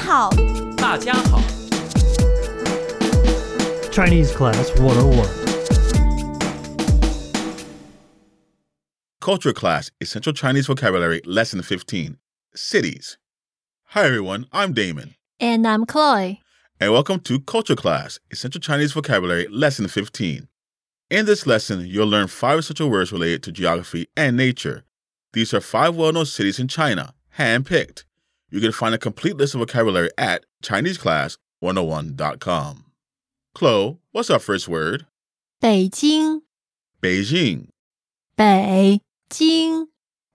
好，大家好， Chinese Class 101. Culture Class Essential Chinese Vocabulary Lesson 15 Cities. Hi everyone, I'm Damon, and I'm Chloe. and welcome to Culture Class Essential Chinese Vocabulary Lesson 15. In this lesson, you'll learn five essential words related to geography and nature. These are five well known cities in China, hand picked. You can find a complete list of vocabulary at ChineseClass101.com. Chloe, what's our first word? 北京， Beijing. 北京，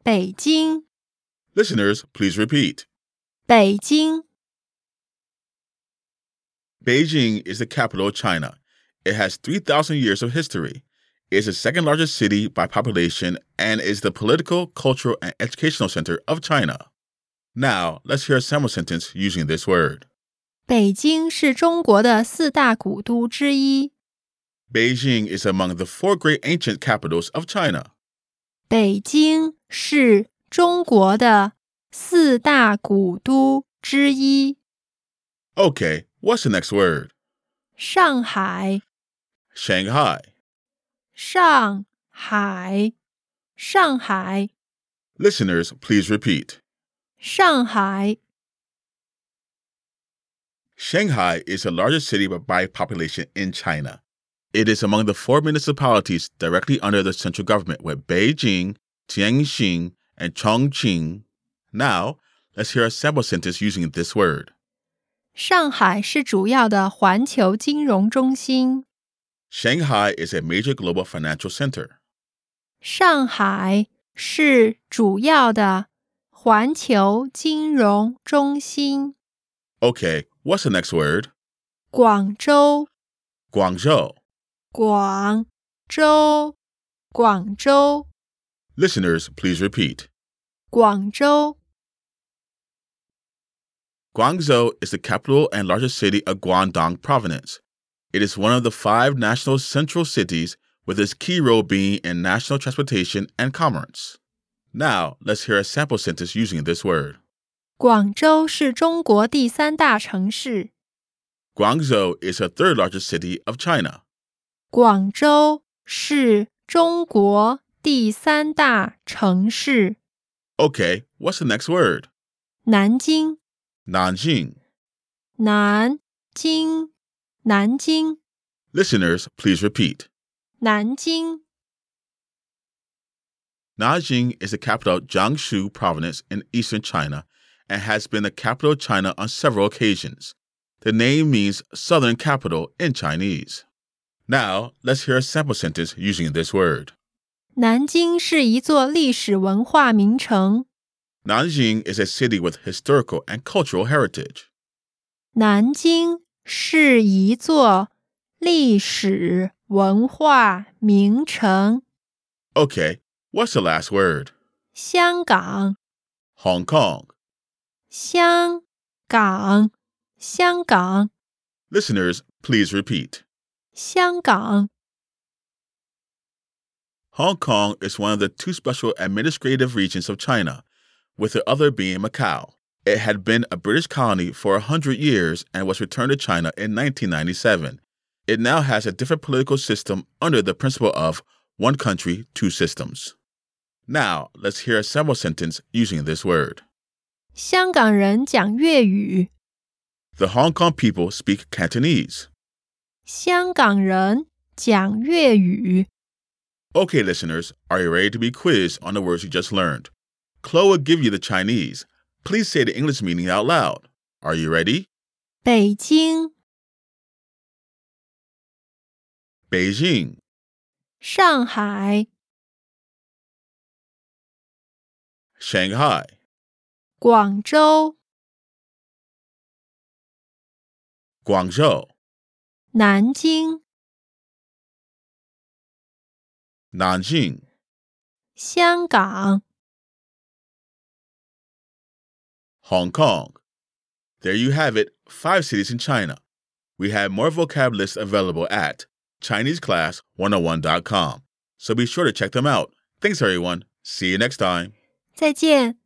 北京， Listeners, please repeat. 北京， Beijing is the capital of China. It has 3,000 years of history. It is the second largest city by population and is the political, cultural, and educational center of China. Now, let's hear a sample sentence using this word. 北京是中国的四大古都之一。 Beijing is among the four great ancient capitals of China. 北京是中国的四大古都之一。 Okay, what's the next word? 上海， Shanghai. 上海，上海， Listeners, please repeat. 上海， Shanghai is the largest city by- by population in China. It is among the four municipalities directly under the central government with Beijing, Tianjin, and Chongqing. Now, let's hear a sample sentence using this word. 上海是主要的环球金融中心。 Shanghai is a major global financial center. 上海是主要的环球金融中心。 Okay, what's the next word? 广州， Guangzhou. 广州，广州， Listeners, please repeat. 广州。 Guangzhou is the capital and largest city of Guangdong Province. It is one of the five national central cities, with its key role being in national transportation and commerce. Now, let's hear a sample sentence using this word. 广州是中国第三大城市。 Guangzhou is the third largest city of China. 广州是中国第三大城市。 Okay, what's the next word? 南京， Nanjing. 南京，南京， Listeners, please repeat. 南京。 Nanjing is the capital of Jiangsu province in eastern China and has been the capital of China on several occasions. The name means southern capital in Chinese. Now, let's hear a sample sentence using this word. 南京是一座历史文化名城。 Nanjing is a city with historical and cultural heritage. 南京是一座历史文化名城。 Okay, what's the last word? 香港， Hong Kong. 香港，香港， Listeners, please repeat. 香港。 Hong Kong is one of the two special administrative regions of China, with the other being Macau. It had been a British colony for a hundred years and was returned to China in 1997. It now has a different political system under the principle of one country, two systems. Now, let's hear a sample sentence using this word. 香港人讲粤语， The Hong Kong people speak Cantonese. 香港人讲粤语。 Okay, listeners, are you ready to be quizzed on the words you just learned? Chloe will give you the Chinese. Please say the English meaning out loud. Are you ready? 北京、 Beijing, 上海、 Shanghai, 广州、 Guangzhou, 南京、 Nanjing, 香港。 Hong Kong. There you have it, five cities in China. We have more vocab lists available at ChineseClass101.com, so be sure to check them out. Thanks, everyone. See you next time. 再见。